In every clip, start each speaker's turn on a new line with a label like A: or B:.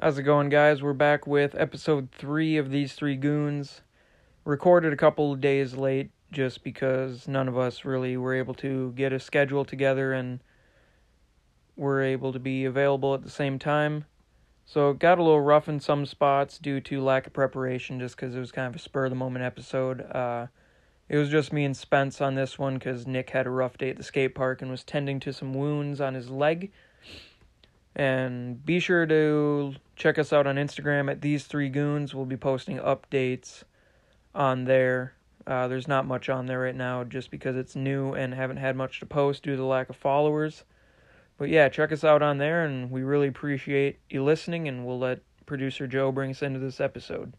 A: How's it going, guys? We're back with episode three of These Three Goons. Recorded a couple of days late just because none of us really were able to get a schedule together and were able to be available at the same time. So it got a little rough in some spots due to lack of preparation just because it was kind of a spur of the moment episode. Uh, it was just me and Spence on this one because Nick had a rough day at the skate park and was tending to some wounds on his leg. And be sure to check us out on Instagram at These Three Goons. We'll be posting updates on there. Uh, there's not much on there right now just because it's new and haven't had much to post due to the lack of followers. But yeah, check us out on there, and we really appreciate you listening, and we'll let producer Joe bring us into this episode.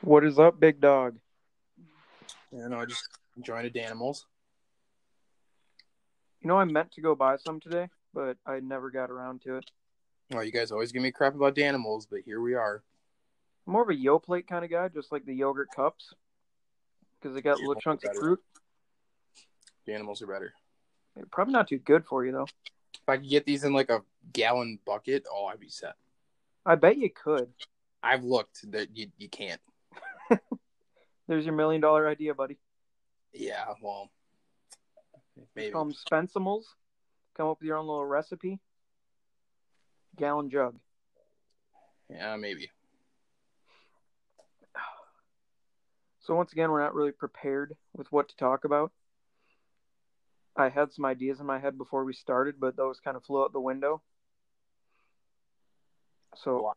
A: What is up, big dog?
B: You know, just enjoying the animals.
A: You know, I meant to go buy some today, but I never got around to it.
B: Well, you guys always give me crap about the animals, but here we are.
A: I'm more of a yo plate kind of guy, just like the yogurt cups, because they got little chunks of fruit.
B: The animals are better.
A: They're probably not too good for you though.
B: If I could get these in like a gallon bucket, oh, I'd be set.
A: I bet you could.
B: I've looked that you you can't.
A: There's your million dollar idea, buddy.
B: Yeah, well, maybe.
A: Call them Spensimals. Come up with your own little recipe. Gallon jug.
B: Yeah, maybe.
A: So once again, we're not really prepared with what to talk about. I had some ideas in my head before we started, but those kind of flew out the window. So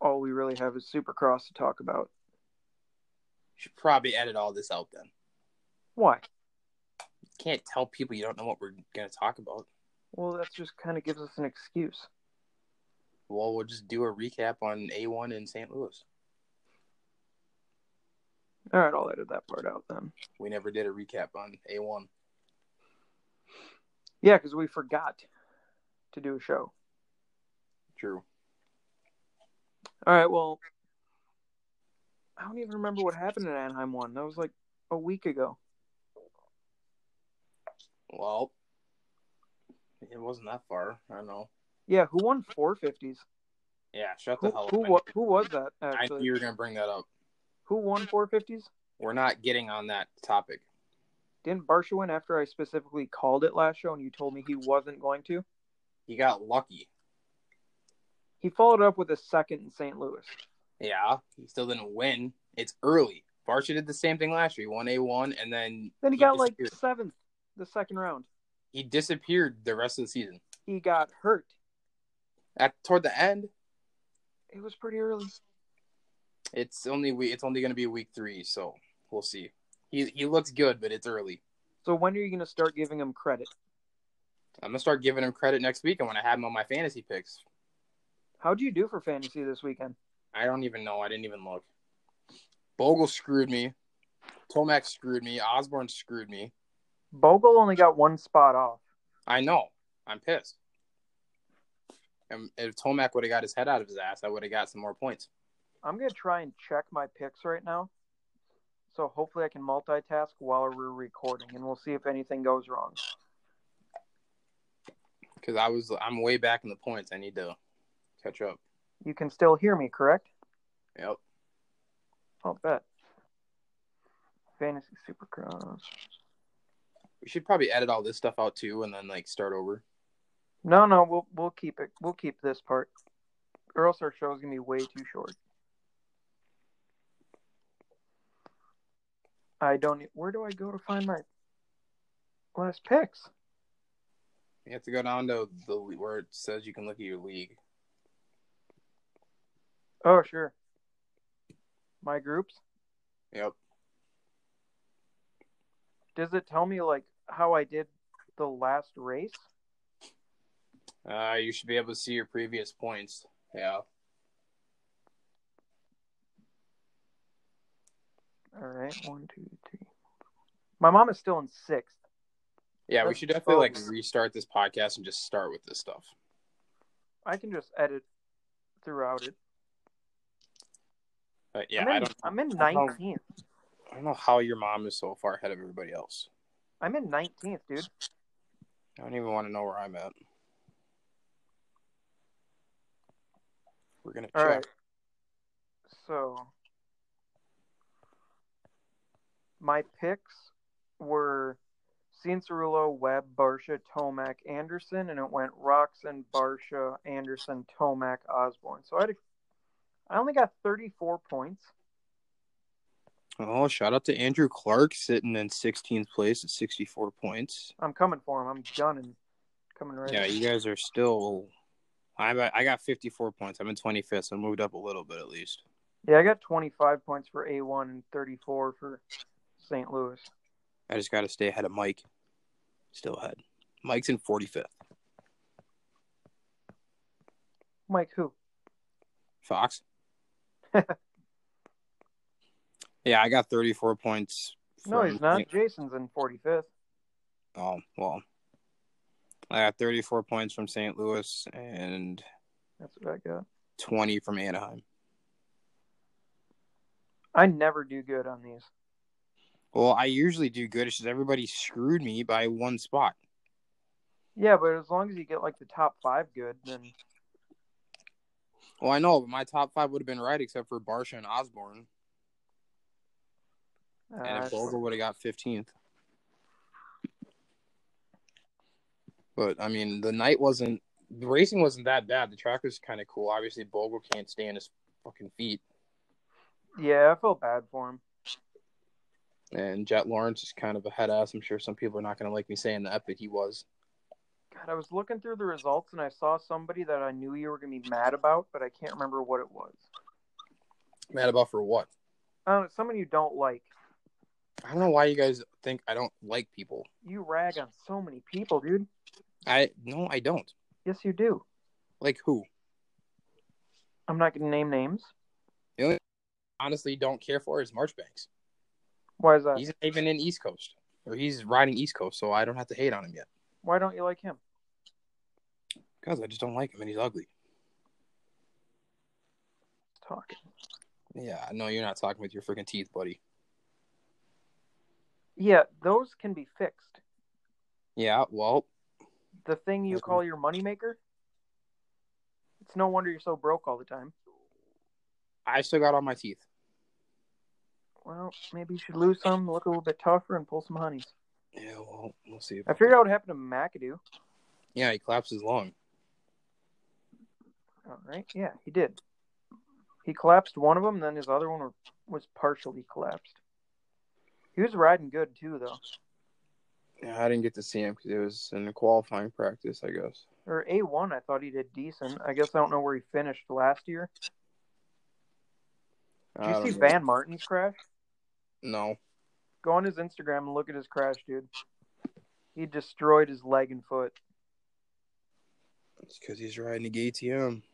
A: all we really have is Supercross to talk about.
B: Should probably edit all this out then.
A: Why?
B: Can't tell people you don't know what we're gonna talk about.
A: Well, that just kind of gives us an excuse.
B: Well, we'll just do a recap on A1 in St. Louis.
A: All right, I'll edit that part out then.
B: We never did a recap on A1.
A: Yeah, because we forgot to do a show.
B: True.
A: All right, well, I don't even remember what happened in Anaheim 1. That was like a week ago.
B: Well, it wasn't that far. I know.
A: Yeah, who won 450s?
B: Yeah, shut
A: Who,
B: the hell up.
A: who,
B: I-
A: wa- who was that,
B: I knew you
A: actually?
B: were gonna bring that up.
A: Who won 450s?
B: We're not getting on that topic.
A: Didn't Barsha win after I specifically called it last show and you told me he wasn't going to?
B: He got lucky.
A: He followed up with a second in St. Louis.
B: Yeah, he still didn't win. It's early. Varsha did the same thing last year. He won A1, and then
A: Then he got like
B: disappeared.
A: seventh the second round.
B: he disappeared the rest of the season.
A: He got hurt.
B: At toward the end,
A: It was pretty early.
B: it's only we. It's only going to be week three, so we'll see. He he looks good, but it's early.
A: So when are you going to start giving him credit?
B: I'm gonna start giving him credit next week, and when I have him on my fantasy picks,
A: How'd you do for fantasy this weekend?
B: I don't even know. I didn't even look. Bogle screwed me. Tomac screwed me. Osborne screwed me.
A: Bogle only got one spot off.
B: I know. I'm pissed. And if Tomac would have got his head out of his ass, I would have got some more points.
A: I'm going to try and check my picks right now. So hopefully I can multitask while we're recording and we'll see if anything goes wrong.
B: Because I was, I'm way back in the points. I need to catch up.
A: You can still hear me, correct?
B: Yep.
A: I'll bet. Fantasy Supercross.
B: We should probably edit all this stuff out too, and then like start over.
A: No, no, we'll we'll keep it. We'll keep this part, or else our show is gonna be way too short. I don't. e, Where do I go to find my last picks?
B: You have to go down to the where it says you can look at your league.
A: Oh, sure. My groups.
B: Yep.
A: Does it tell me like how I did the last race?
B: Uh, you should be able to see your previous points. Yeah.
A: All right, one, two, three, My mom is still in sixth.
B: Yeah, we
A: That's
B: should definitely like
A: bugs.
B: restart this podcast and just start with this stuff.
A: I can just edit throughout it.
B: But yeah,
A: I'm in,
B: I don't.
A: I'm in
B: I don't-
A: 19th.
B: I don't know how your mom is so far ahead of everybody else.
A: I'm in 19th, dude.
B: I don't even want to know where I'm at. We're gonna
A: All
B: check.
A: right. So my picks were Cincerulo, Webb, Barsha, Tomac, Anderson, and it went Roxon, Barsha, Anderson, Tomac, Osborne. So I had a, I only got 34 points.
B: Oh, shout out to Andrew Clark sitting in 16th place at 64 points.
A: I'm coming for him. I'm gunning. Coming right.
B: Yeah, you guys are still. I'm at, I got 54 points. I'm in 25th. So I moved up a little bit at least.
A: yeah, I got 25 points for A1 and 34 for St. Louis.
B: I just got to stay ahead of Mike. Still ahead. Mike's in 45th.
A: Mike, who?
B: Fox. yeah, I got 34 points.
A: No,
B: for-
A: he's not. Jason's in 45th.
B: Oh, well. I got 34 points from St. Louis and
A: That's what I got.
B: 20 from Anaheim.
A: I never do good on these.
B: Well, I usually do good. It's just everybody screwed me by one spot.
A: Yeah, but as long as you get like the top five good, then
B: Well, I know, but my top five would have been right except for Barsha and Osborne.
A: uh,
B: and if Bogle would have got 15th. But I mean, the night wasn't the racing wasn't that bad. The track was kind of cool. Obviously, Bogle can't stay on his fucking feet,
A: yeah, I felt bad for him.
B: and Jet Lawrence is kind of a head ass. I'm sure some people are not going to like me saying that, but he was.
A: God, I was looking through the results and I saw somebody that I knew you were gonna be mad about, but I can't remember what it was.
B: Mad about for what?
A: I don't know, someone you don't like.
B: I don't know why you guys think I don't like people.
A: You rag on so many people, dude.
B: I no, I don't
A: Yes, you do.
B: like who.
A: I'm not gonna name names.
B: The only honestly don't care for is Marchbanks.
A: Why is that?
B: He's not even in East Coast, or he's riding East Coast, so I don't have to hate on him yet.
A: Why don't you like him?
B: Because I just don't like him, and he's ugly.
A: Talk.
B: Yeah, no, you're not talking with your freaking teeth, buddy.
A: Yeah, those can be fixed.
B: Yeah, well,
A: The thing you
B: Mhm.
A: call your moneymaker. It's no wonder you're so broke all the time.
B: I still got all my teeth.
A: Well, maybe you should lose some, look a little bit tougher, and pull some honeys.
B: Yeah, well, we'll see.
A: I figured out what happened to McAdoo.
B: Yeah, he claps his lung.
A: All right. Yeah, he did. He collapsed one of them, then his other one were, was partially collapsed. He was riding good too, though.
B: Yeah, I didn't get to see him because it was in the qualifying practice, I guess.
A: Or A one, I thought he did decent. I guess I don't know where he finished last year. Did
B: I
A: you
B: don't
A: see
B: know.
A: Van Martin's crash?
B: No.
A: Go on his Instagram and look at his crash, dude. He destroyed his leg and foot.
B: It's because he's riding the ATM. Pump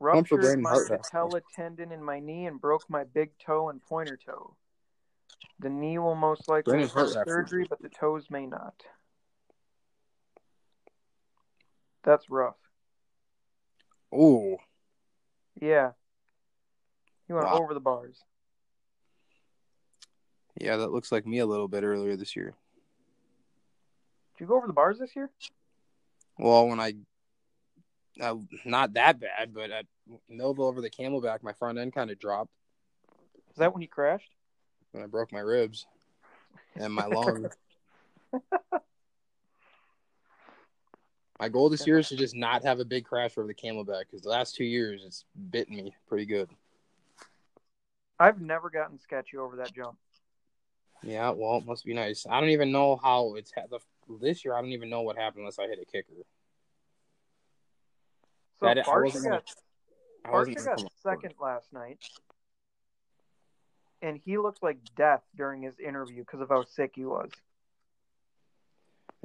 B: for
A: Ruptured
B: Brandon
A: my
B: Hartnett.
A: patella tendon in my knee and broke my big toe and pointer toe. The knee will most likely
B: Brandon
A: require
B: Hartnett.
A: surgery, but the toes may not. That's rough.
B: Ooh,
A: Yeah. He went
B: Wow.
A: over the bars.
B: yeah, that looks like me a little bit earlier this year.
A: Did you go over the bars this year?
B: Well, when I, I not that bad, but at Millville over the Camelback, my front end kind of dropped
A: Is that when you crashed?
B: when I broke my ribs and my lung. my goal this year is to just not have a big crash over the camelback because the last two years it's bitten me pretty good.
A: I've never gotten sketchy over that jump.
B: Yeah, well, it must be nice. I don't even know how it's ha- the, this year. I don't even know what happened unless I hit a kicker.
A: So
B: That- I
A: Barsha
B: wasn't gonna-
A: got,
B: I wasn't
A: Barsha got
B: gonna come up with it.
A: second last night. And he looked like death during his interview because of how sick he was.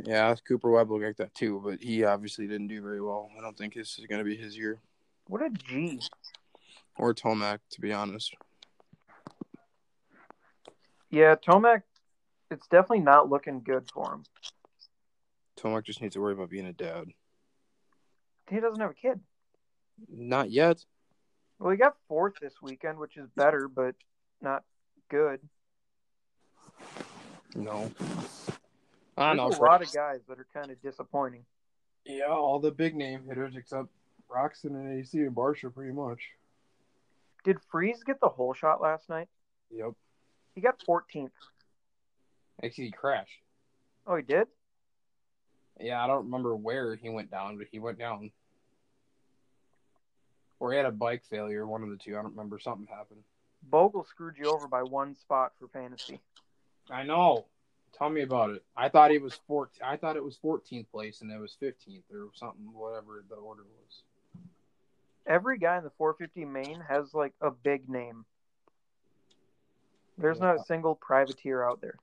B: Yeah, Cooper Webb looked like that too, but he obviously didn't do very well. I don't think this is going to be his year
A: What a G.
B: or Tomac, to be honest.
A: Yeah, Tomac, it's definitely not looking good for him.
B: Tomac just needs to worry about being a dad.
A: He doesn't have a kid.
B: Not yet.
A: Well, he got fourth this weekend, which is better, but not good.
B: No. I don't know.
A: There's a
B: for-
A: lot of guys that are kind of disappointing.
B: Yeah, all the big name hitters except Roxton and AC and Barsha, pretty much.
A: Did Freeze get the whole shot last night?
B: Yep.
A: He got 14th.
B: Actually, he crashed.
A: Oh, he did?
B: Yeah, I don't remember where he went down, but he went down. Or he had a bike failure, one of the two. I don't remember. Something happened.
A: Bogle screwed you over by one spot for fantasy.
B: I know. Tell me about it. I thought he was 14. I thought it was 14th place, and it was 15th or something, whatever the order was.
A: Every guy in the 450 main has like a big name. There's not a single privateer out there.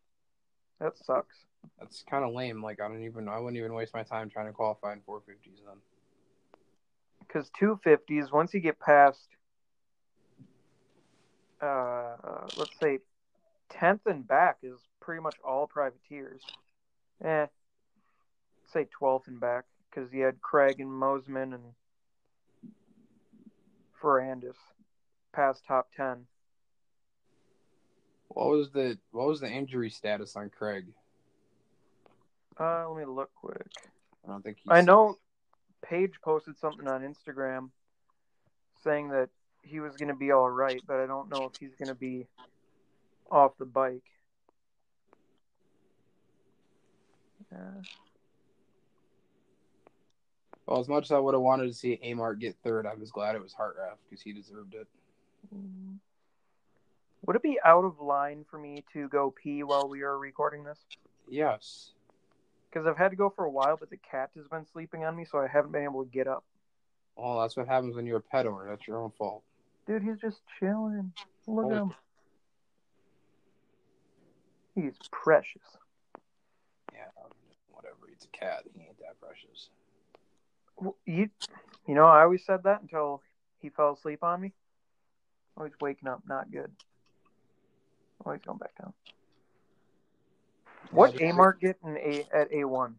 A: That sucks.
B: That's kind of lame. Like I don't even. I wouldn't even waste my time trying to qualify in 450s then.
A: because 250s once you get past uh let's say 10th and back is pretty much all privateers eh say 12th and back because you had craig and mosman and ferrandis past top 10
B: What was the What was the injury status on Craig?
A: uh let me look quick
B: I don't think. He's,
A: I know Paige posted something on Instagram saying that he was going to be all right, but I don't know if he's going to be off the bike. Uh,
B: Well, as much as I would have wanted to see Amart get third, I was glad it was Hartraff because he deserved it.
A: would it be out of line for me to go pee while we are recording this?
B: Yes.
A: Because I've had to go for a while, but the cat has been sleeping on me, so I haven't been able to get up.
B: Well, that's what happens when you're a pet owner. That's your own fault.
A: Dude, he's just chilling. Look at him. He's precious.
B: Yeah. Whatever. It's a cat. He ain't that precious.
A: Well, You, you know, I always said that until he fell asleep on me. Always waking up, not good. Always going back down. What
B: Yeah,
A: A mark get in A at A one?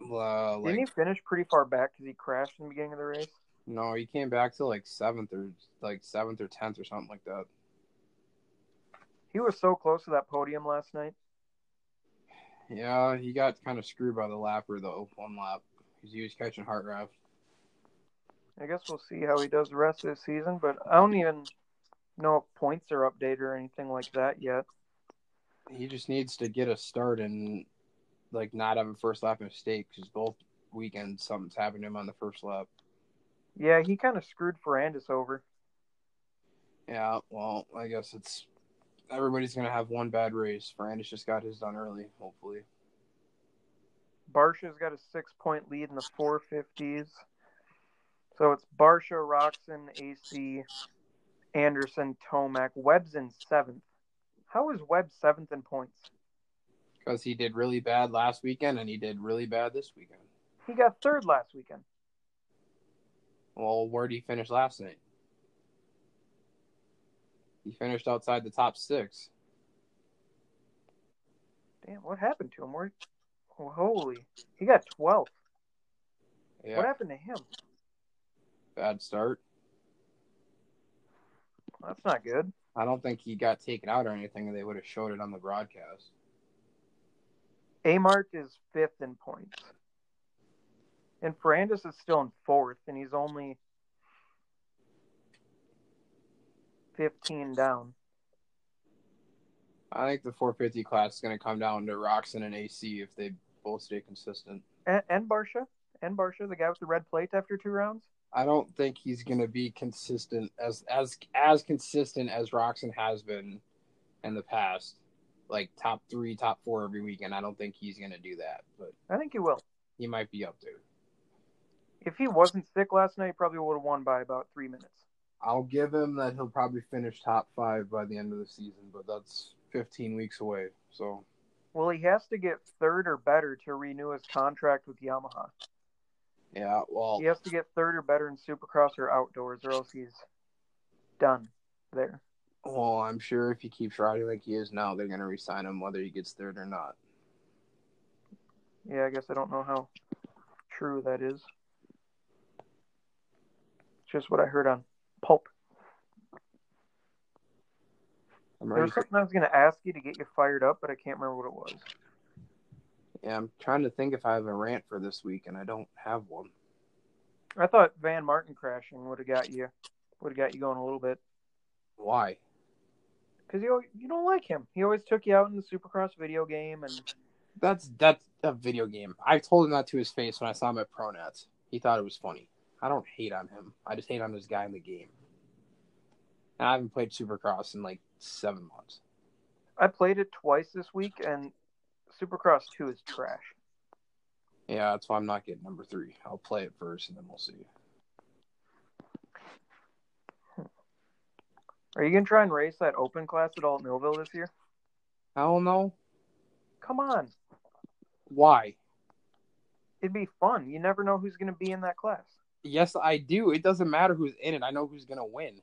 B: Uh, like,
A: Didn't he finish pretty far back because he crashed in the beginning of the race?
B: No, he came back to like seventh or like seventh or tenth or something like that.
A: He was so close to that podium last night.
B: Yeah, he got kind of screwed by the lapper though, one lap, because he was catching Hartraff.
A: I guess we'll see how he does the rest of the season, but I don't even know if points are updated or anything like that yet.
B: He just needs to get a start and like not have a first lap mistake, because both weekends something's happened to him on the first lap.
A: Yeah, he kind of screwed Ferrandis over.
B: Yeah, well, I guess it's everybody's gonna have one bad race. Ferrandis just got his done early, hopefully.
A: Barsha's got a six point lead in the 450s. So it's Barsha, Roxon, AC, Anderson, Tomac. Webb's in seventh. How is Webb seventh in points?
B: Because he did really bad last weekend and he did really bad this weekend.
A: He got third last weekend.
B: Well, where did he finish last night? He finished outside the top six.
A: Damn, what happened to him? Where, oh, holy. He got 12th.
B: Yeah,
A: What happened to him?
B: bad start.
A: That's not good.
B: I don't think he got taken out or anything, or they would have showed it on the broadcast.
A: Amart is fifth in points. And Ferrandis is still in fourth, and he's only 15 down.
B: I think the 450 class is going to come down to Roxon and AC if they both stay consistent.
A: and, and Barsha, and Barsha, the guy with the red plate after two rounds.
B: I don't think he's going to be consistent as as as consistent as Roxon has been in the past, like top three, top four every weekend. I don't think he's going to do that, but
A: I think he will.
B: he might be up there.
A: If he wasn't sick last night, he probably would have won by about three minutes.
B: I'll give him that he'll probably finish top five by the end of the season, but that's 15 weeks away. So
A: Well, he has to get third or better to renew his contract with Yamaha.
B: yeah, well,
A: He has to get third or better in Supercross or outdoors, or else he's done there.
B: Well, I'm sure if he keeps riding like he is now, they're gonna resign him whether he gets third or not.
A: Yeah, I guess I don't know how true that is. Just what I heard on Pulp.
B: I'm
A: There was
B: already,
A: something I was going to ask you to get you fired up, but I can't remember what it was.
B: yeah, I'm trying to think if I have a rant for this week, and I don't have one.
A: I thought Van Martin crashing would have got you, would have got you going a little bit
B: Why?
A: because you you don't like him. He always took you out in the Supercross video game, and
B: That's that's a video game. I told him that to his face when I saw him at Pronats. He thought it was funny. I don't hate on him. I just hate on this guy in the game. And I haven't played Supercross in like seven months.
A: I played it twice this week, and Supercross Two is trash.
B: Yeah, that's why I'm not getting number three. I'll play it first, and then we'll see.
A: Are you going to try and race that open class at Alt Millville this year?
B: Hell no.
A: Come on,
B: Why?
A: it'd be fun. You never know who's going to be in that class.
B: Yes, I do. It doesn't matter who's in it. I know who's gonna win.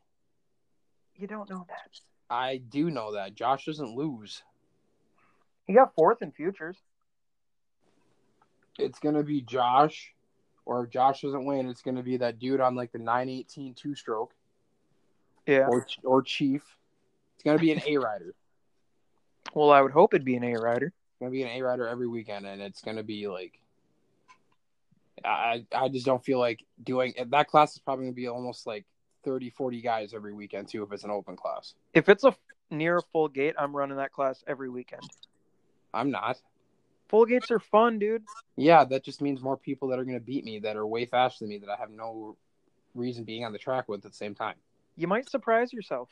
A: You don't know that.
B: I do know that Josh doesn't lose.
A: He got fourth in futures.
B: It's gonna be Josh, or if Josh doesn't win, it's gonna be that dude on like the 918 two stroke.
A: Yeah.
B: or or Chief. It's gonna be an A rider. It's
A: Well, I would hope it'd be an A rider.
B: gonna be an A rider every weekend, and it's gonna be like, I I just don't feel like doing that. Class is probably gonna be almost like 30, 40 guys every weekend too, if it's an open class.
A: If it's a near a full gate, I'm running that class every weekend.
B: I'm not.
A: Full gates are fun, dude.
B: Yeah, that just means more people that are gonna beat me that are way faster than me that I have no reason being on the track with at the same time.
A: You might surprise yourself.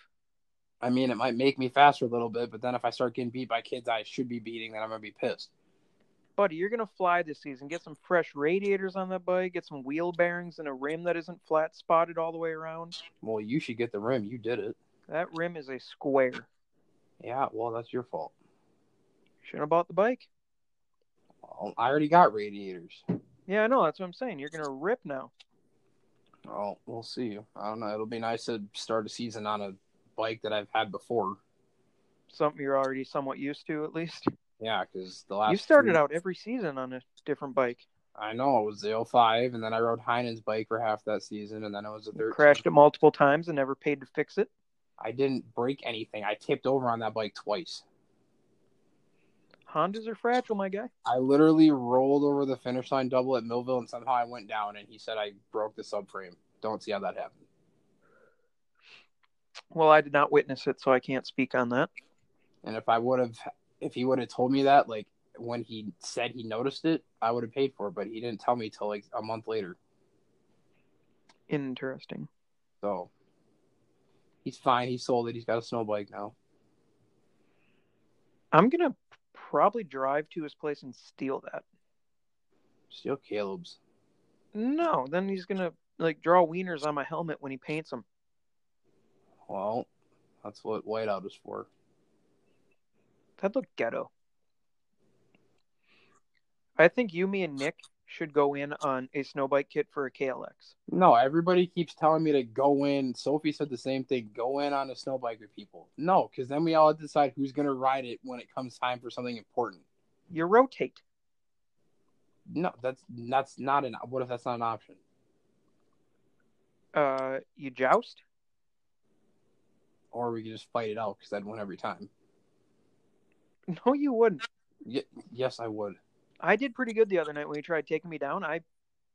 B: I mean, it might make me faster a little bit, but then if I start getting beat by kids I should be beating, then I'm gonna be pissed.
A: Buddy, you're going to fly this season. Get some fresh radiators on that bike, get some wheel bearings and a rim that isn't flat spotted all the way around.
B: Well, you should get the rim. You did it.
A: That rim is a square.
B: Yeah. Well, that's your fault.
A: Shouldn't have bought the bike.
B: Well, I already got radiators.
A: Yeah, I know. That's what I'm saying. You're going to rip now.
B: Oh, we'll see. I don't know. It'll be nice to start a season on a bike that I've had before.
A: Something you're already somewhat used to, at least.
B: Yeah, because the last
A: You started
B: few-
A: out every season on a different bike.
B: I know it was the 05, and then I rode Heinen's bike for half that season, and then I was a
A: You
B: third.
A: crashed it multiple times and never paid to fix it.
B: I didn't break anything. I tipped over on that bike twice.
A: Hondas are fragile, my guy.
B: I literally rolled over the finish line double at Millville, and somehow I went down. And he said I broke the subframe. Don't see how that happened.
A: Well, I did not witness it, so I can't speak on that.
B: And if I would have, if he would have told me that, like when he said he noticed it, I would have paid for it. But he didn't tell me till like a month later.
A: Interesting.
B: So he's fine. He sold it. He's got a snow bike now.
A: I'm going to probably drive to his place and steal that.
B: Still Caleb's.
A: No, then he's gonna like draw wieners on my helmet when he paints them.
B: Well, that's what whiteout is for.
A: That looked ghetto. I think you, me, and Nick should go in on a snow bike kit for a KLX.
B: No, everybody keeps telling me to go in. Sophie said the same thing. Go in on a snow bike with people. No, because then we all decide who's gonna ride it when it comes time for something important.
A: You rotate.
B: No, that's that's not an. What if that's not an option?
A: Uh, you joust.
B: Or we could just fight it out because I'd win every time.
A: No, you wouldn't.
B: Y- yes, I would.
A: I did pretty good the other night when you tried taking me down. I,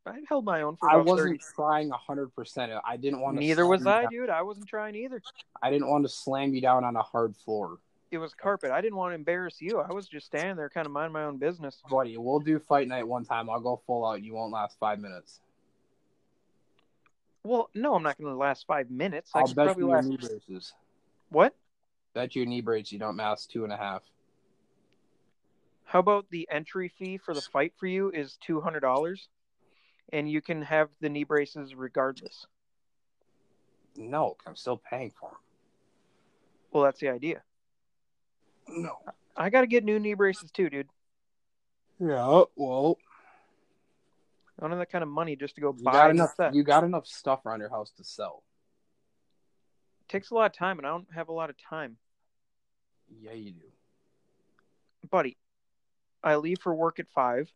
A: I held my own for
B: I
A: about
B: wasn't trying hundred percent. I didn't want
A: 30.
B: to.
A: Neither was I, dude. I wasn't trying either.
B: I didn't want to slam you down on a hard floor.
A: It was carpet. I didn't want to embarrass you. I was just standing there, kind of minding my own business.
B: Buddy, we'll do fight night one time. I'll go full out. You won't last five minutes.
A: Well, no, I'm not going to last five minutes. I
B: I'll
A: could
B: bet
A: probably
B: you your
A: last.
B: knee braces.
A: What?
B: Bet you knee braces you don't last two and a half.
A: How about the entry fee for the fight for you is two hundred dollars, and you can have the knee braces regardless.
B: No, I'm still paying for
A: Well, that's the idea.
B: them. No.
A: I got to get new knee braces too, dude.
B: Yeah. Well,
A: I don't have that kind of money just to go
B: you
A: buy
B: got
A: enough
B: enough.
A: set.
B: You got enough stuff around your house to sell.
A: takes a lot of time, and I don't have a lot of time,
B: Yeah, you do.
A: buddy. I leave for work at five.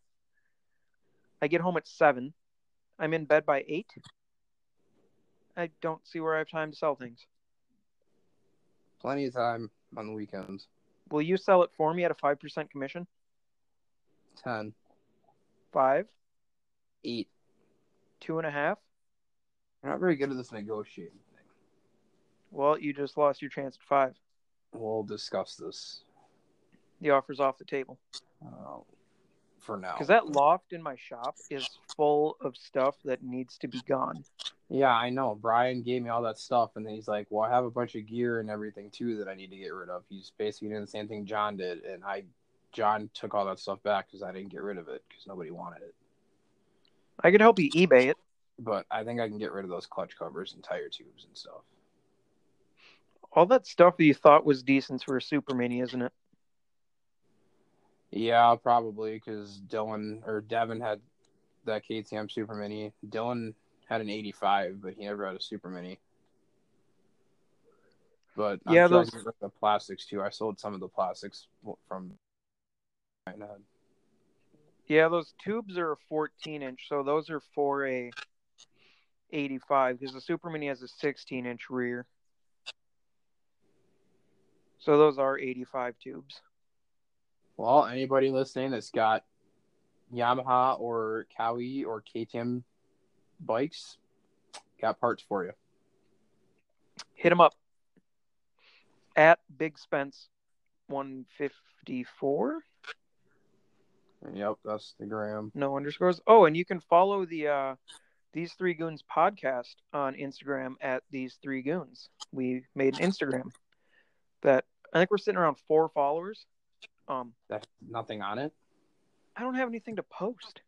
A: I get home at seven. I'm in bed by eight. I don't see where I have time to sell things.
B: Plenty of time on the weekends.
A: Will you sell it for me at a five percent commission?
B: Ten,
A: Five,
B: eight.
A: two and a half.
B: You're not very good at this negotiating thing.
A: Well, you just lost your chance at five.
B: We'll discuss this
A: The offer's off the table.
B: uh, for now.
A: Because that loft in my shop is full of stuff that needs to be gone.
B: Yeah, I know. Brian gave me all that stuff, and then he's like, "Well, I have a bunch of gear and everything too that I need to get rid of." He's basically doing the same thing John did, and I, John took all that stuff back because I didn't get rid of it because nobody wanted it.
A: I could help you eBay it.
B: But I think I can get rid of those clutch covers and tire tubes and stuff.
A: All that stuff that you thought was decent for a Supermini, isn't it?
B: Yeah, probably because Dylan or Devin had that KTM Super Mini. Dylan had an 85, but he never had a Super Mini. But I'm
A: Yeah,
B: sure I
A: those-
B: can get rid of the plastics too. I sold some of the plastics from. I had.
A: Yeah, those tubes are a 14 inch, so those are for a 85 because the Supermini has a 16 inch rear. So those are 85 tubes.
B: Well, anybody listening that's got Yamaha or Cowie or KTM bikes, got parts for you.
A: Hit him up at Big Spence 154.
B: Yep, that's the gram.
A: no underscores. Oh, and you can follow the uh, these three goons podcast on Instagram at these three goons. We made an Instagram that I think we're sitting around four followers. Um,
B: That's nothing on it.
A: I don't have anything to post.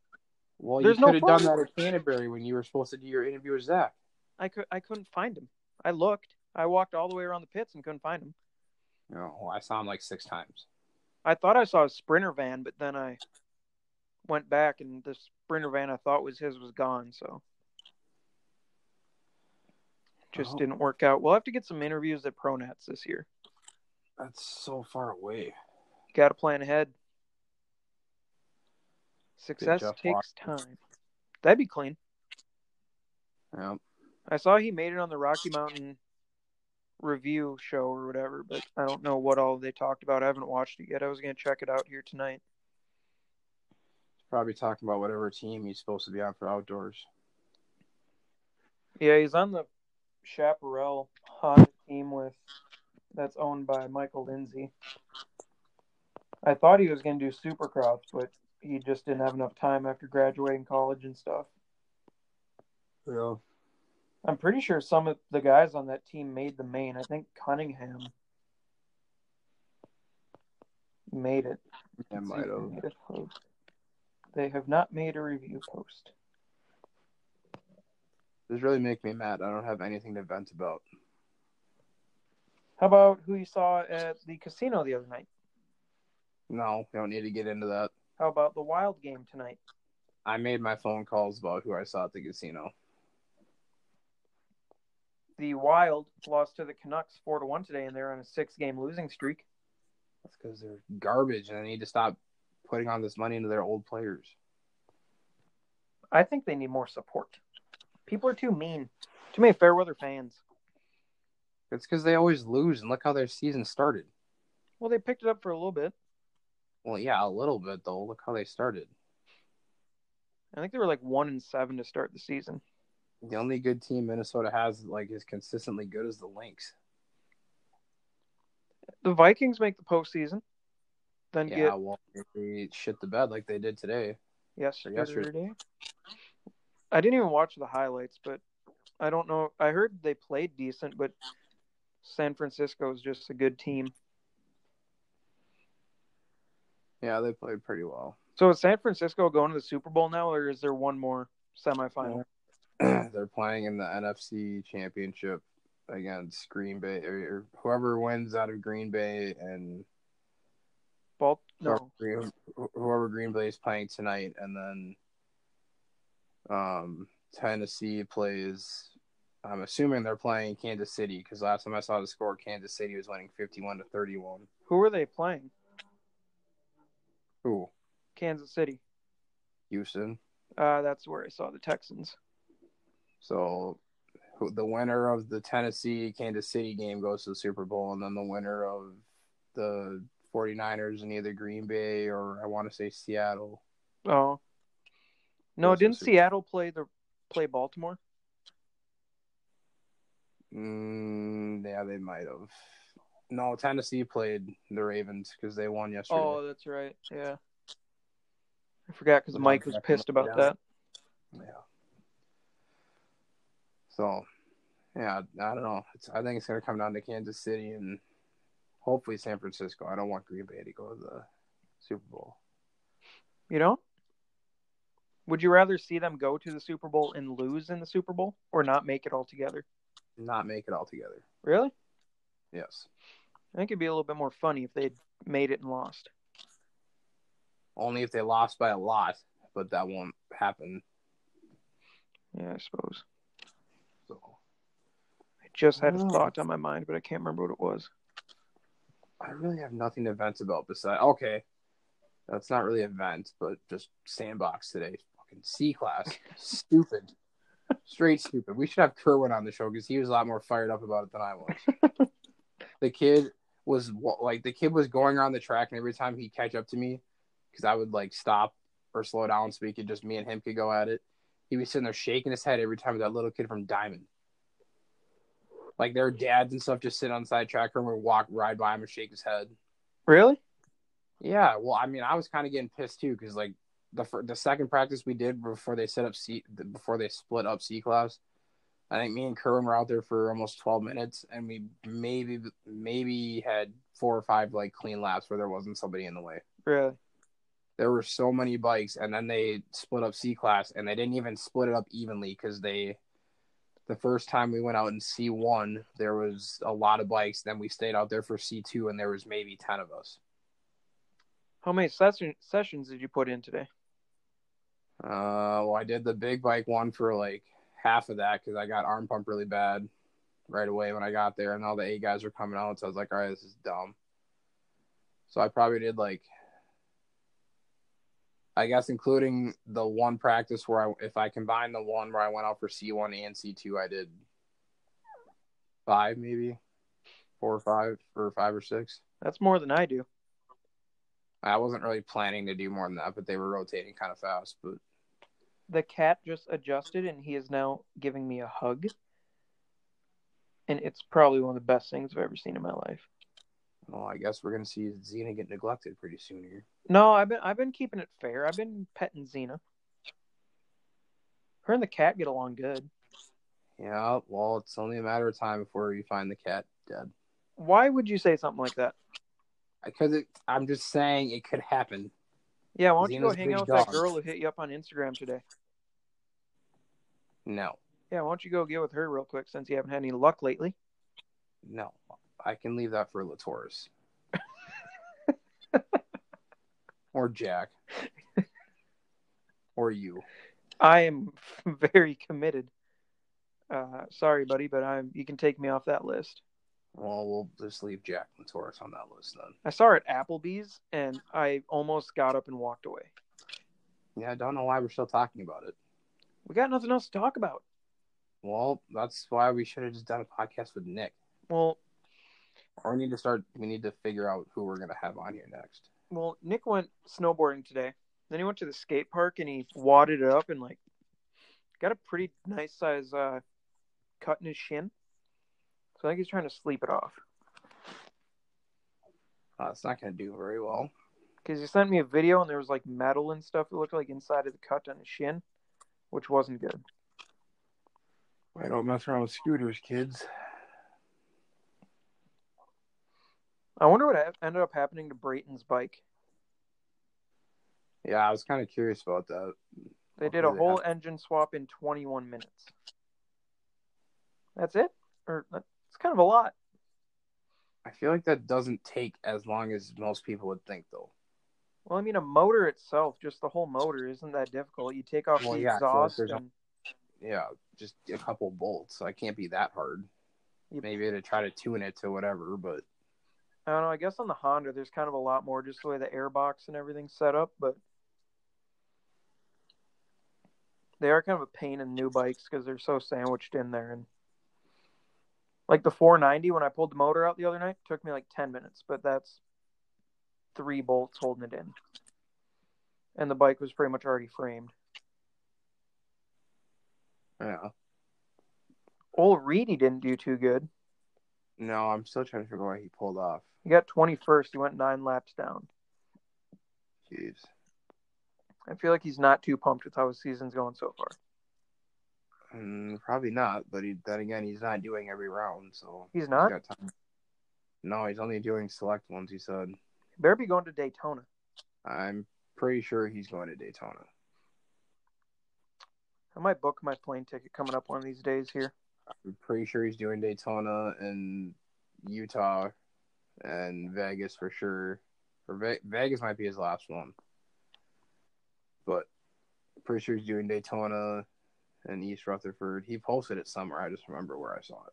B: Well,
A: There's
B: you
A: no
B: could have done that
A: photo.
B: at Canterbury when you were supposed to do your interview with Zach.
A: I could I couldn't find him. I looked. I walked all the way around the pits and couldn't find him.
B: Oh, I saw him like six times.
A: I thought I saw a sprinter van, but then I went back and the sprinter van I thought was his was gone, so just
B: Oh.
A: didn't work out. We'll have to get some interviews at Pronats this year.
B: That's so far away.
A: You got to plan ahead. Success
B: Jeff
A: takes time. That'd be clean.
B: Yep.
A: I saw he made it on the Rocky Mountain review show or whatever, but I don't know what all they talked about. I haven't watched it yet. I was going to check it out here tonight.
B: Probably talking about whatever team he's supposed to be on for outdoors.
A: Yeah, he's on the Chaparral Honda team with that's owned by Michael Lindsay. I thought he was going to do Supercross, but he just didn't have enough time after graduating college and stuff.
B: Yeah.
A: I'm pretty sure some of the guys on that team made the main. I think Cunningham made it.
B: I might have.
A: They have not made a review post.
B: This really make me mad. I don't have anything to vent about.
A: How about who you saw at the casino the other night?
B: No, we don't need to get into that.
A: How about the wild game tonight?
B: I made my phone calls about who I saw at the casino.
A: The Wild lost to the Canucks four to one today, and they're on a six-game losing streak.
B: That's because they're garbage, and they need to stop putting on this money into their old players.
A: I think they need more support. People are too mean. Too many fair weather fans.
B: It's because they always lose, and look how their season started.
A: Well, they picked it up for a little bit.
B: Well, yeah, a little bit though. Look how they started.
A: I think they were like one and seven to start the season.
B: The only good team Minnesota has like is consistently good as the Lynx.
A: the Vikings make the postseason, then
B: Yeah,
A: get
B: well, they shit the bed like they did today.
A: yesterday.
B: yesterday.
A: I didn't even watch the highlights, but I don't know. I heard they played decent, but San Francisco is just a good team.
B: Yeah, they played pretty well.
A: So is San Francisco going to the Super Bowl now, or is there one more semifinal?
B: They're playing in the NFC Championship against Green Bay or whoever wins out of Green Bay and
A: Ball? No.
B: Green- whoever Green Bay is playing tonight, and then um, Tennessee plays I'm assuming they're playing Kansas City because last time I saw the score, Kansas City was winning 51 to 31.
A: Who are they playing?
B: Ooh,
A: Kansas City.
B: Houston.
A: Uh, that's where I saw the Texans.
B: So who- the winner of the Tennessee Kansas City game goes to the Super Bowl, and then the winner of the 49ers and either Green Bay or I want to say Seattle.
A: Oh. No,
B: Those are
A: didn't
B: Super-
A: Seattle play the play Baltimore?
B: Mm, yeah, they might have. No, Tennessee played the Ravens because they won yesterday.
A: Oh, that's right. Yeah. I forgot because
B: Yeah,
A: Mike was
B: exactly.
A: pissed about
B: Yeah.
A: that.
B: Yeah. So, yeah, I don't know. It's, I think it's going to come down to Kansas City and hopefully San Francisco. I don't want Green Bay to go to the Super Bowl.
A: You know? Would you rather see them go to the Super Bowl and lose in the Super Bowl or not make it altogether?
B: Not make it all together.
A: Really?
B: Yes.
A: I think it'd be a little bit more funny if they made it and lost.
B: Only if they lost by a lot, but that won't happen.
A: Yeah, I suppose.
B: So,
A: I just had a
B: Oh.
A: thought on my mind, but I can't remember what it was.
B: I really have nothing to vent about besides. Okay. That's not really a vent, but just sandbox today. Fucking C class. stupid. Straight stupid. We should have Kerwin on the show because he was a lot more fired up about it than I was. the kid was wa- like, the kid was going around the track, and every time he'd catch up to me, because I would like stop or slow down so we could just me and him could go at it. He was sitting there shaking his head every time with that little kid from Diamond. Like their dads and stuff just sit on the side track and would walk ride by him and shake his head.
A: Really?
B: Yeah, well, I mean, I was kind of getting pissed too because like the fir- the second practice we did before they set up C before they split up C class, I think me and Kerwin were out there for almost twelve minutes, and we maybe maybe had four or five like clean laps where there wasn't somebody in the way.
A: Really?
B: There were so many bikes, and then they split up C class, and they didn't even split it up evenly because they. The first time we went out in C one, there was a lot of bikes. Then we stayed out there for C two, and there was maybe ten of us.
A: How many session, sessions did you put in today?
B: Uh, well, I did the big bike one for like half of that because I got arm pump really bad right away when I got there, and all the eight guys were coming out, so I was like, all right, this is dumb. So I probably did like, I guess including the one practice where I, if I combine the one where I went out for C one and C two, I did five maybe, four or five or five or six.
A: That's more than I do.
B: I wasn't really planning to do more than that, but they were rotating kind of fast, but.
A: The cat just adjusted and he is now giving me a hug. And it's probably one of the best things I've ever seen in my life.
B: Well, I guess we're gonna see Xena get neglected pretty soon here.
A: No, I've been I've been keeping it fair. I've been petting Xena. Her and the cat get along good.
B: Yeah, well, it's only a matter of time before you find the cat dead.
A: Why would you say something like that?
B: Because it, I'm just saying it could happen.
A: Yeah, why don't you go
B: Xena's
A: hang
B: big
A: out with that
B: dog.
A: girl who hit you up on Instagram today?
B: No,
A: Yeah, why don't you go get with her real quick since you haven't had any luck lately?
B: no, I can leave that for Latour's or Jack or you.
A: I am very committed. Uh, sorry, buddy, but I'm. You can take me off that list.
B: Well, we'll just leave Jack Latour's on that list then.
A: I saw her at Applebee's, and I almost got up and walked away.
B: Yeah, I don't know why we're still talking about it.
A: We got nothing else to talk about.
B: Well, that's why we should have just done a podcast with Nick.
A: Well,
B: Or we need to start. We need to figure out who we're gonna have on here next.
A: well, Nick went snowboarding today. Then he went to the skate park and he wadded it up and like got a pretty nice size uh, cut in his shin. So I think he's trying to sleep it off.
B: Uh, it's not gonna do very well.
A: because he sent me a video and there was like metal and stuff. It looked like inside of the cut on his shin, which wasn't good.
B: I don't mess around with scooters, kids.
A: I wonder what ha- ended up happening to Brayton's bike.
B: Yeah, I was kind of curious about that.
A: They
B: What
A: did a
B: did it
A: whole engine swap in 21 minutes. That's it, or that's kind of a lot.
B: I feel like that doesn't take as long as most people would think, though.
A: Well, I mean, a motor itself, just the whole motor, isn't that difficult. You take off
B: Well,
A: the
B: yeah, so if
A: exhaust
B: there's a-
A: and
B: yeah, just a couple bolts. So I can't be that hard.
A: Yep.
B: Maybe to try to tune it to whatever, but
A: I don't know. I guess on the Honda, there's kind of a lot more just the way the airbox and everything's set up, but they are kind of a pain in new bikes because they're so sandwiched in there. And like the 490, when I pulled the motor out the other night, took me like 10 minutes, but that's three bolts holding it in. And the bike was pretty much already framed.
B: yeah.
A: Old Reedy didn't do too good.
B: No, I'm still trying to figure out why he pulled off.
A: He got 21st. He went nine laps down.
B: Jeez.
A: I feel like he's not too pumped with how his season's going so far.
B: Mm, probably not, but he, then again, he's not doing every round, so
A: He's
B: he's
A: not.
B: got time. No, he's only doing select ones. He said.
A: Better be going to Daytona.
B: I'm pretty sure he's going to Daytona.
A: I might book my plane ticket coming up one of these days here.
B: I'm pretty sure he's doing Daytona and Utah and Vegas for sure. Or Ve- Vegas might be his last one, but pretty sure he's doing Daytona and East Rutherford. He posted it somewhere. I just remember where I saw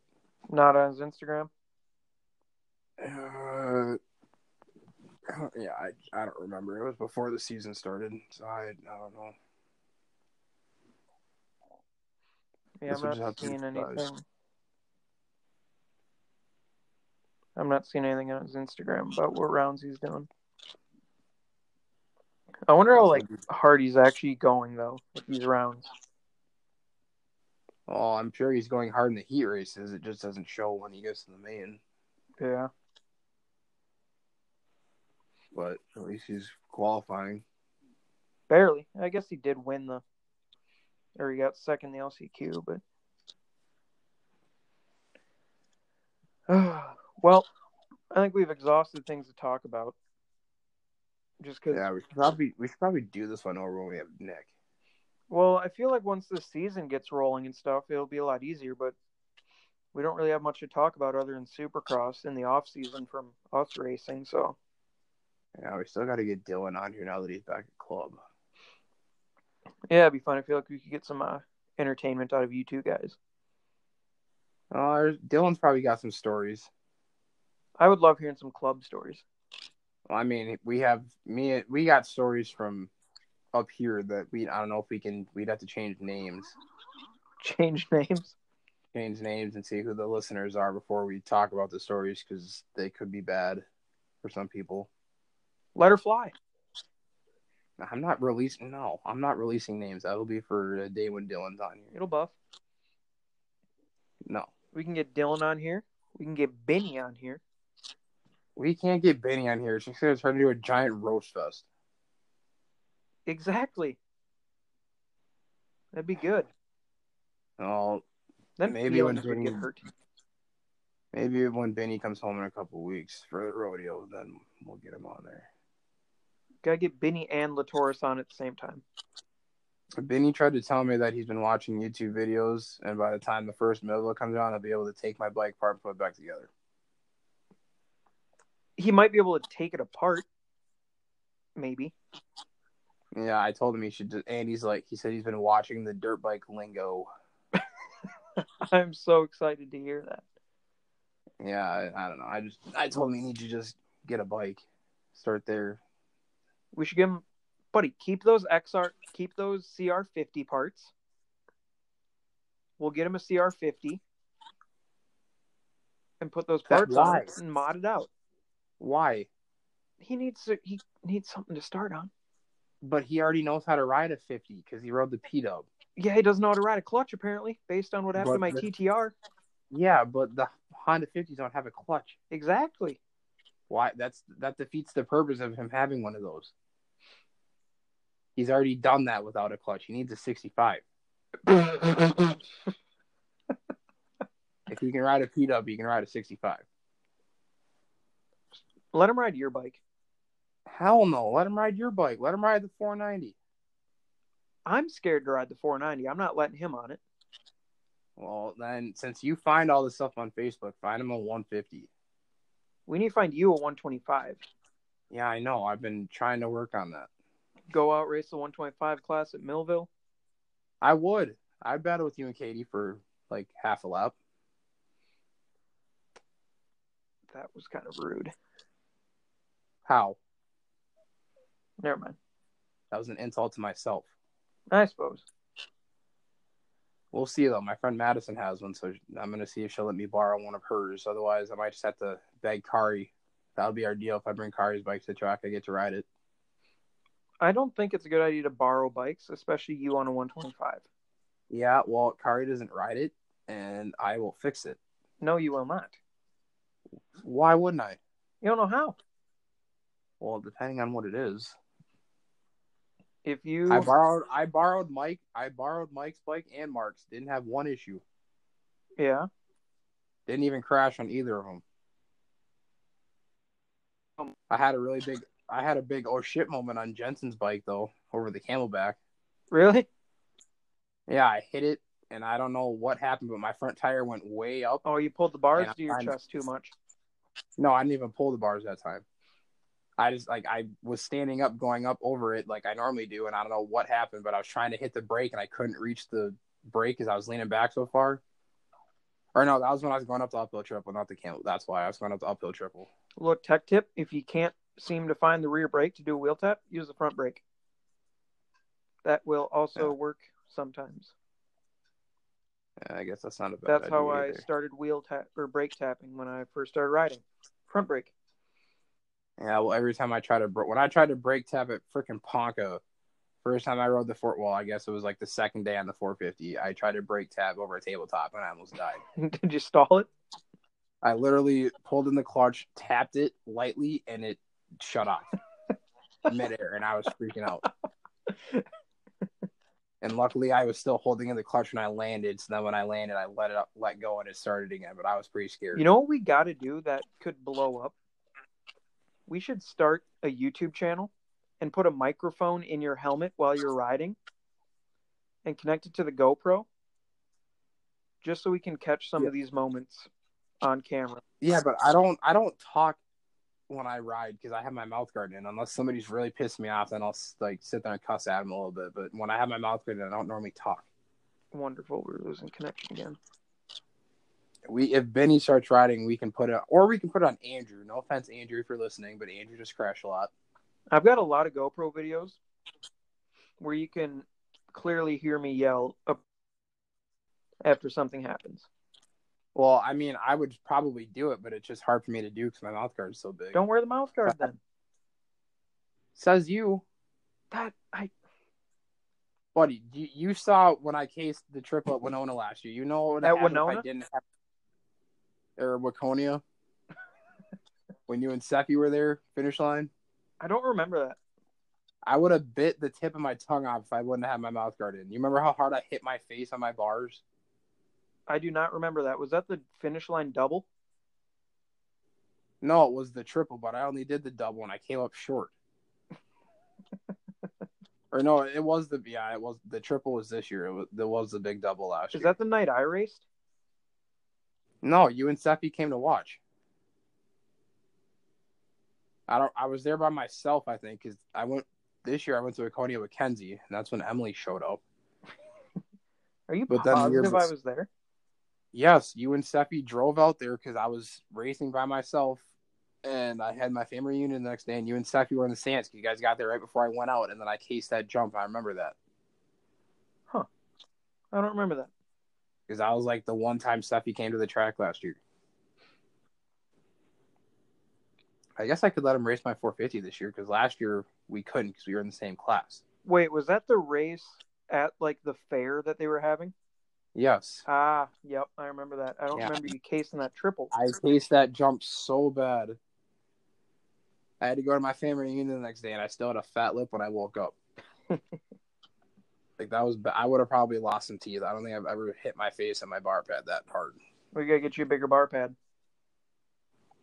A: Not on his Instagram.
B: it. Uh, yeah, I I don't remember. It was before the season started, so I I don't know.
A: Yeah,
B: Guess we'll
A: I'm
B: just have
A: not
B: to
A: seeing
B: surprise.
A: anything. I'm not seeing anything on his Instagram about what rounds he's doing. I wonder how like hard he's actually going though with these rounds.
B: Oh, I'm sure he's going hard in the heat races. It just doesn't show when he gets to the main.
A: Yeah.
B: But at least he's qualifying.
A: Barely. I guess he did win the or he got second in the LCQ, but well, I think we've exhausted things to talk about. Just because
B: Yeah, we should probably we should probably do this one over when we have Nick.
A: Well, I feel like once the season gets rolling and stuff, it'll be a lot easier, but we don't really have much to talk about other than Supercross in the off season from us racing, so
B: Yeah, we still got to get Dylan on here now that he's back at club.
A: yeah, it'd be fun. I feel like we could get some uh, entertainment out of you two guys.
B: Oh, there's- Dylan's probably got some stories.
A: I would love hearing some club stories.
B: Well, I mean, we have me. We got stories from up here that we I don't know if we can. We'd have to change names,
A: Change names.
B: change names, and see who the listeners are before we talk about the stories because they could be bad for some people.
A: Let her fly.
B: I'm not releasing. No, I'm not releasing names. That'll be for a day when Dylan's on here.
A: It'll buff.
B: No,
A: We can get Dylan on here. We can get Benny on here.
B: we can't get Benny on here. She's gonna turn into a giant roast fest.
A: Exactly. That'd be good.
B: Oh,
A: Then
B: Maybe when
A: feelings would get
B: Benny-
A: hurt.
B: Maybe when Benny comes home in a couple weeks for the rodeo, then we'll get him on there.
A: Gotta get Benny and Latoris on at the same time.
B: Benny tried to tell me that he's been watching YouTube videos, and by the time the first Mobile comes on, I'll be able to take my bike apart and put it back together.
A: he might be able to take it apart. Maybe.
B: Yeah, I told him he should. Just, and he's like, he said he's been watching the dirt bike lingo.
A: I'm so excited to hear that.
B: Yeah, I, I don't know. I just, I told him he needs to just get a bike, start there.
A: We should give him, buddy, keep those XR, keep those CR50 parts. We'll get him a CR50 and put those
B: That-
A: parts on
B: why?
A: it and mod it out.
B: Why?
A: He needs to, he needs something to start on.
B: But he already knows how to ride a 50 because he rode the P Dub.
A: Yeah, he doesn't know how to ride a clutch apparently, based on what happened to
B: But
A: my
B: the-
A: TTR.
B: Yeah, but the Honda 50s don't have a clutch.
A: Exactly.
B: Why? That's that defeats the purpose of him having one of those. He's already done that without a clutch. He needs a 65. If he can ride a P dub, he can ride a 65.
A: Let him ride your bike.
B: Hell no! Let him ride your bike. Let him ride the 490.
A: I'm scared to ride the 490. I'm not letting him on it.
B: Well, then since you find all this stuff on Facebook, find him a 150.
A: We need to find you a 125.
B: Yeah, I know. I've been trying to work on that.
A: go out race the 125 class at Millville.
B: I would. I battled with you and Katie for like half a lap.
A: That was kind of rude.
B: How?
A: Never mind.
B: That was an insult to myself.
A: I suppose.
B: We'll see though. My friend Madison has one, so I'm gonna see if she'll let me borrow one of hers. Otherwise, I might just have to beg Kari. That'll be our deal. If I bring Kari's bike to the track, I get to ride it.
A: I don't think it's a good idea to borrow bikes, especially you on a 125.
B: Yeah, well, Kari doesn't ride it, and I will fix it.
A: No, you will not.
B: Why wouldn't I?
A: You don't know how.
B: Well, depending on what it is.
A: If you
B: I borrowed I borrowed Mike I borrowed Mike's bike and Mark's. Didn't have one issue.
A: yeah,
B: Didn't even crash on either of them. I had a really big I had a big oh shit moment on Jensen's bike though over the Camelback.
A: really?
B: Yeah, I hit it and I don't know what happened, but my front tire went way up.
A: Oh, you pulled the bars
B: Yeah,
A: to your
B: I'm-
A: chest too much.
B: No, I didn't even pull the bars that time. I just like I was standing up, going up over it like I normally do, and I don't know what happened, but I was trying to hit the brake and I couldn't reach the brake because I was leaning back so far. Or no, that was when I was going up the uphill triple, not the camel. That's why I was going up the uphill triple.
A: Look, tech tip: if you can't seem to find the rear brake to do a wheel tap, use the front brake. That will also
B: Yeah.
A: work sometimes.
B: Yeah, I guess that's not a bad.
A: That's
B: idea
A: how I
B: either.
A: started wheel tap or brake tapping when I first started riding. Front brake.
B: Yeah, well, every time I try to br- when I tried to brake tap at freaking Ponca, first time I rode the Fort Wall, I guess it was like the second day on the 450. I tried to brake tap over a tabletop and I almost died.
A: Did you stall it?
B: I literally pulled in the clutch, tapped it lightly, and it shut off midair, and I was freaking out. And luckily, I was still holding in the clutch when I landed. So then, when I landed, I let it up, let go, and it started again. But I was pretty scared.
A: You know what we got to do that could blow up? We should start a YouTube channel and put a microphone in your helmet while you're riding and connect it to the GoPro just so we can catch some of these moments on camera.
B: Yeah, but I don't I don't talk when I ride because I have my mouth guard in. Unless somebody's really pissed me off, then I'll s- like sit there and cuss at them a little bit. But when I have my mouth guard in, I don't normally talk.
A: Wonderful. We're losing connection again.
B: We if Benny starts riding, we can put it or we can put it on Andrew. No offense, Andrew, if you're listening, but Andrew just crashed a lot.
A: I've got a lot of GoPro videos where you can clearly hear me yell up after something happens.
B: Well, I mean, I would probably do it, but it's just hard for me to do because my mouth guard is so big.
A: Don't wear the mouth guard then.
B: says you,
A: That I
B: buddy. You, you saw when I cased the trip at Winona last year. You know what would
A: At
B: have happened if
A: Winona?
B: I didn't have or Waconia when you and Seppi were there finish line.
A: I don't remember that.
B: I would have bit the tip of my tongue off if I wouldn't have had my mouth guard in. You remember how hard I hit my face on my bars?
A: I do not remember that. Was that the finish line double?
B: No, it was the triple, but I only did the double and I came up short. or no, it was the yeah, it was the triple was this year. It was, it was the big double last
A: Is
B: year.
A: that the night I raced?
B: No, you and Seppi came to watch. I don't. I was there by myself. I think because I went this year. I went to Waconia with Kenzie, and that's when Emily showed up.
A: Are you
B: But then the year
A: positive I
B: bef-
A: was there?
B: Yes, you and Seppi drove out there because I was racing by myself and I had my family reunion the next day. And you and Seppi were in the stands 'cause you guys got there right before I went out. And then I cased that jump. I remember that
A: I don't remember that.
B: because I was like the one time Seppi came to the track last year. I guess I could let him race my 450 this year because last year we couldn't because we were in the same class.
A: Wait, was that the race at like the fair that they were having?
B: Yes.
A: Ah, yep, I remember that. I don't
B: Yeah.
A: remember you casing that triple.
B: I faced that jump so bad. I had to go to my family reunion the next day, and I still had a fat lip when I woke up. like that was, ba- I would have probably lost some teeth. I don't think I've ever hit my face on my bar pad that hard.
A: We gotta get you a bigger bar pad.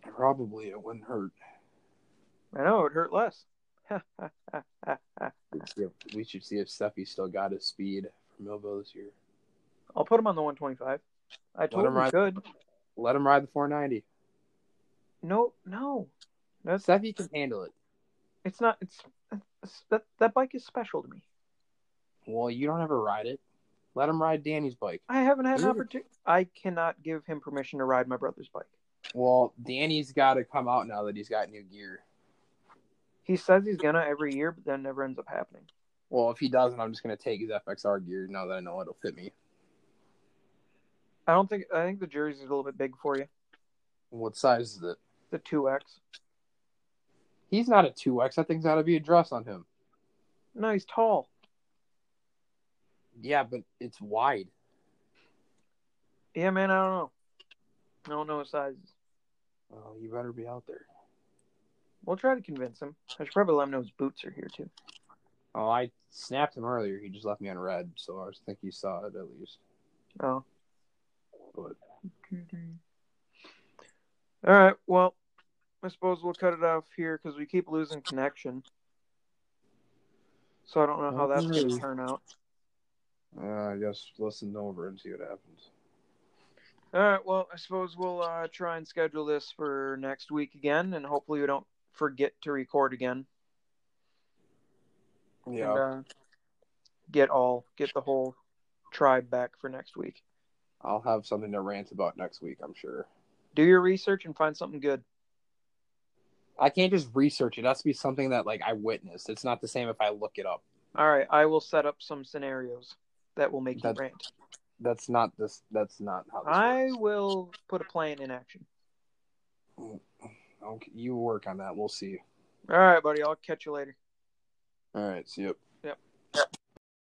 B: Probably it wouldn't hurt.
A: I know it would hurt less.
B: We should see if- We should see if Steffi still got his speed from Millville this year.
A: I'll put him on the 125. I told
B: him
A: him I
B: ride-
A: could.
B: Let him ride the 490.
A: No, no, that's
B: Steffi can handle it.
A: it's not. It's, it's that that bike is special to me.
B: Well, you don't ever ride it. Let him ride Danny's bike.
A: I haven't had an
B: Dude.
A: opportunity. I cannot give him permission to ride my brother's bike.
B: Well, Danny's got to come out now that he's got new gear.
A: He says he's gonna every year, but that never ends up happening.
B: Well, if he doesn't, I'm just gonna take his FXR gear now that I know it'll fit me.
A: I don't think. I think the jersey's a little bit big for you.
B: What size is it?
A: The two X.
B: He's not a two X. That thing's got to be a dress on him.
A: No, he's tall.
B: Yeah, but it's wide.
A: Yeah, man. I don't know. I don't know his sizes.
B: Well, you better be out there.
A: We'll try to convince him. I should probably let him know his boots are here too.
B: Oh, I snapped him earlier. He just left me on red, so I was think he saw it at least.
A: Oh.
B: But
A: All right. Well, I suppose we'll cut it off here because we keep losing connection. So I don't know how that's going to
B: Okay.
A: turn out.
B: uh, I guess listen over and see what happens.
A: All right. Well, I suppose we'll uh, try and schedule this for next week again, and hopefully we don't forget to record again.
B: Yeah,
A: And, uh, get all get the whole tribe back for next week.
B: I'll have something to rant about next week. I'm sure.
A: Do your research and find something good.
B: I can't just research it. It has to be something that like I witnessed. It's not the same if I look it up.
A: All right. I will set up some scenarios that will make
B: That's-
A: you rant.
B: That's not this. That's not how. This
A: I
B: works.
A: will put a plan in action.
B: Okay, you work on that. We'll see.
A: All right, buddy. I'll catch you later.
B: All right. See you.